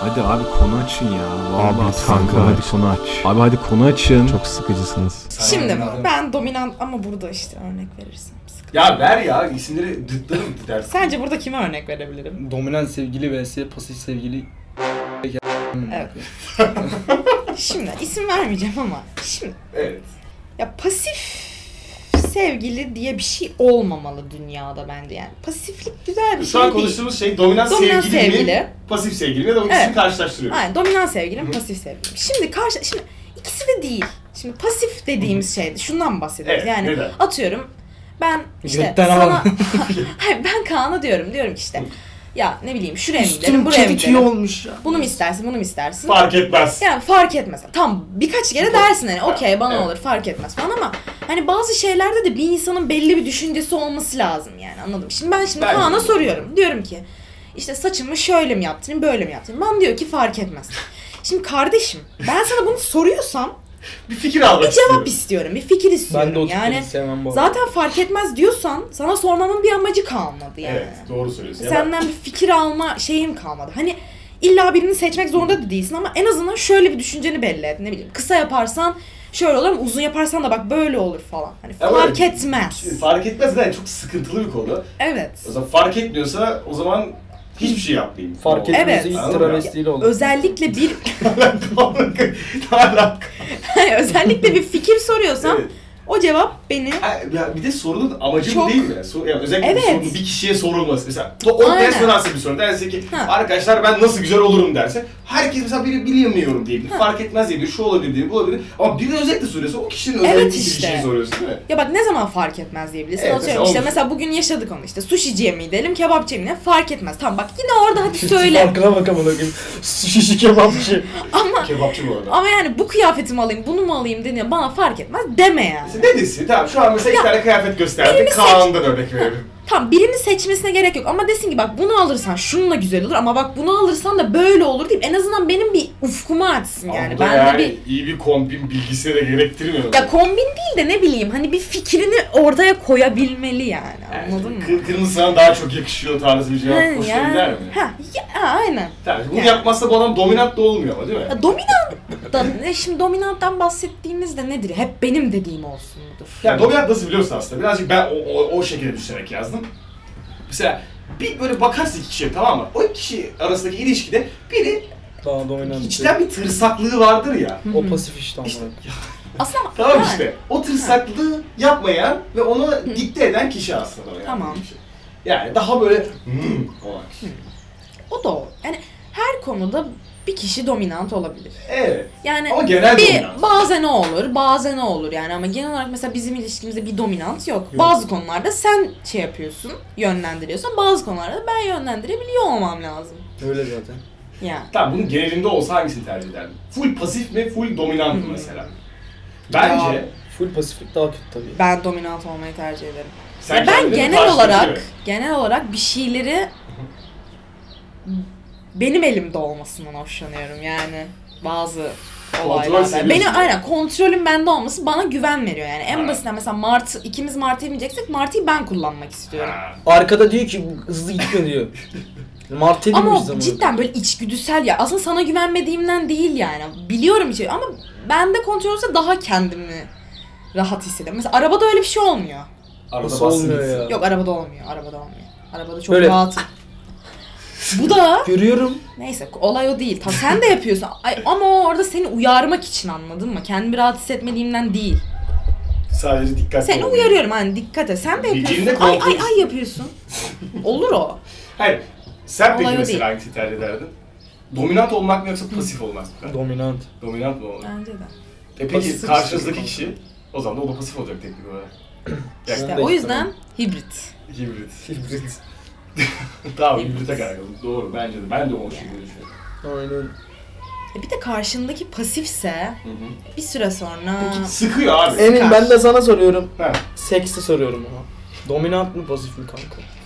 Hadi abi konu açın ya. Vallahi Abi, kanka kanka hadi aç. konu aç. Abi hadi konu açın. Çok sıkıcısınız. Şimdi ben dominant ama burada işte örnek verirsem. sıkıntı. Ya ver ya isimleri dıtlarım dersin. Sence burada kime örnek verebilirim? Dominant sevgili vs pasif sevgili Evet. Şimdi isim vermeyeceğim ama şimdi Evet. ya pasif sevgili diye bir şey olmamalı dünyada bence yani. Pasiflik güzel bir Şu şey an değil. konuştuğumuz şey dominant, Dominant sevgili, sevgili. mi? Pasif sevgili mi? Ya da bu Evet. ikisini karşılaştırıyoruz. Aynen dominant sevgilim, pasif sevgilim. Şimdi karşı şimdi ikisi de değil. Şimdi pasif dediğimiz şey şundan bahsediyoruz. Evet, yani neden? atıyorum ben işte Gökten sana al. Hayır ben Kaan'a diyorum. Diyorum ki işte ya ne bileyim şuraya mı gidelim, Üstüm buraya mı kedi tüyü gidelim. olmuş ya. Bunu mu istersin, bunu mu istersin? Fark etmez. Yani fark etmez. Tam birkaç kere dersin hani okey bana Evet. olur fark etmez falan ama hani bazı şeylerde de bir insanın belli bir düşüncesi olması lazım yani anladım. Şimdi ben şimdi Bence Kaan'a de. soruyorum. Diyorum ki işte saçımı şöyle mi yaptırayım böyle mi yaptırayım? Ben diyor ki fark etmez. Şimdi kardeşim ben sana bunu soruyorsam Bir fikir almak bir istiyorum. cevap istiyorum. Bir fikir istiyorum. Ben de o tipi yani sevmem bu arada. zaten fark etmez diyorsan sana sormamın bir amacı kalmadı yani. Evet doğru söylüyorsun. Ya ben- Senden bir fikir alma şeyim kalmadı. Hani illa birini seçmek zorunda da değilsin ama en azından şöyle bir düşünceni belli et. Ne bileyim kısa yaparsan şöyle olur ama uzun yaparsan da bak böyle olur falan. Hani Ama- fark etmez. Fark etmez zaten çok sıkıntılı bir konu. Evet. O zaman fark etmiyorsa o zaman hiçbir şey yapmayayım. Fark Tamam. etmez Evet. ilk travestiyle oldu. Özellikle bir Hala- özellikle bir fikir soruyorsam Evet. o cevap beni Ha, Ya bir de sorunun amacı bu Çok- değil mi? Sor, ya özellikle Evet. bir sorunun bir kişiye sorulması. Mesela to- o Aynen. test nasıl bir soru? Derse ki Ha. arkadaşlar ben nasıl güzel olurum derse herkes mesela biri bilemiyorum diyebilir. Fark etmez diyebilir. Şu olabilir diyebilir. Bu olabilir. Ama birine özellikle soruyorsa o kişinin Evet özellikle işte. bir şey soruyorsun değil mi? ya bak ne zaman fark etmez diyebilirsin. Evet, Atıyorum mesela işte olmuş. mesela bugün yaşadık onu işte. Sushi'ciye mi gidelim, kebapçıya mı gidelim? Fark etmez. Tamam bak yine orada hadi söyle. Farkına bak amına koyayım. Şişi kebapçı. ama Kebapçı bu arada. ama yani bu kıyafetimi alayım, bunu mu alayım deniyor. Bana fark etmez deme yani. Mesela ne desin? Tamam şu an mesela iki tane kıyafet gösterdik. Kaan'dan örnek verelim. Tamam birini seçmesine gerek yok ama desin ki bak bunu alırsan şununla güzel olur ama bak bunu alırsan da böyle olur deyip en azından benim bir ufkumu açsın yani. Ama bu da Ben de bir iyi bir kombin bilgisi de gerektirmiyor. ya kombin değil de ne bileyim hani bir fikrini ortaya koyabilmeli yani Yani anladın mı? kı- Kırmızı sana daha çok yakışıyor tarzı bir Ha, cevap hoşuna gider mi? Ha, ya, ha, aynen. Tamam, bunu Yani. yapmazsa bu adam dominant da olmuyor ama değil mi? Ya, dominant da ne şimdi dominanttan bahsettiğimiz de nedir? Hep benim dediğim olsun mudur? Yani dominant nasıl biliyorsun aslında? Birazcık ben o, o, o şekilde düşünerek yazdım. Mesela bir böyle bakarsın iki kişiye tamam mı? O iki kişi arasındaki ilişkide biri Daha dominant. şey. içten bir tırsaklığı vardır ya. O pasif işte ama. İşte Aslında tamam yani, işte. O tırsaklığı yapmayan ve ona dikte eden kişi aslında o yani. Şey. Tamam. Yani daha böyle hmm olan kişi. O da o. Yani her konuda bir kişi dominant olabilir. Evet. Yani Ama genel bir dominant. bazen o olur, bazen o olur yani ama genel olarak mesela bizim ilişkimizde bir dominant yok. Bazı konularda sen şey yapıyorsun, yönlendiriyorsun. Bazı konularda da ben yönlendirebiliyor olmam lazım. Öyle zaten. Yani. Tamam bunun genelinde olsa hangisini tercih ederdin? Full pasif mi, full dominant mı Hmm. mesela? Bence Ya, full pasiflik daha kötü tabii. Ben dominant olmayı tercih ederim. sen Ya ben kendini genel karşıdaki olarak mi? genel olarak bir şeyleri benim elimde olmasından hoşlanıyorum yani bazı Kontrol olaylarda. seviyorsun. Benim aynen kontrolün bende olması bana güven veriyor yani. En Ha. basitinden mesela Martı ikimiz Martı'ya bineceksek Martı'yı ben kullanmak istiyorum. şey- Ha, Arkada diyor ki hızlı gitme diyor. Martı Ama edilmiş o cidden böyle içgüdüsel ya. Aslında sana güvenmediğimden değil yani. Biliyorum şey ama bende kontrol olsa daha kendimi rahat hissediyorum. Mesela arabada öyle bir şey olmuyor. Arada Nasıl bassın olmuyor gitsin. ya? Yok arabada olmuyor. Arabada olmuyor. Arabada çok Böyle- rahatım. Bu da Görüyorum. neyse olay o değil. Ta sen de yapıyorsun. Ay, ama o orada seni uyarmak için anladın mı? Kendimi rahat hissetmediğimden değil. Sadece dikkatli Seni olun. uyarıyorum hani dikkat et. Sen de Bildiğinde yapıyorsun. Ay ay korkuyorsun. ay yapıyorsun. Olur o. Hayır. Sen Olay peki o mesela değil. hangisini tercih ederdin? Dominant olmak mı yoksa pasif olmak mı? Dominant. Dominant mı olmak? Bence de. E peki Pasif karşınızdaki işte. kişi o zaman da o da pasif olacak teknik olarak. Ben İşte de o yüzden hibrit. Hibrit. tamam hibrite karar kıldım. Doğru bence de. Ben de o şekilde düşünüyorum. Aynen. E bir de karşındaki pasifse Hı hı. bir süre sonra Peki sıkıyor abi. Emin ben de sana soruyorum. Ha. Seksi soruyorum ama. Dominant mı pasif mi kanka?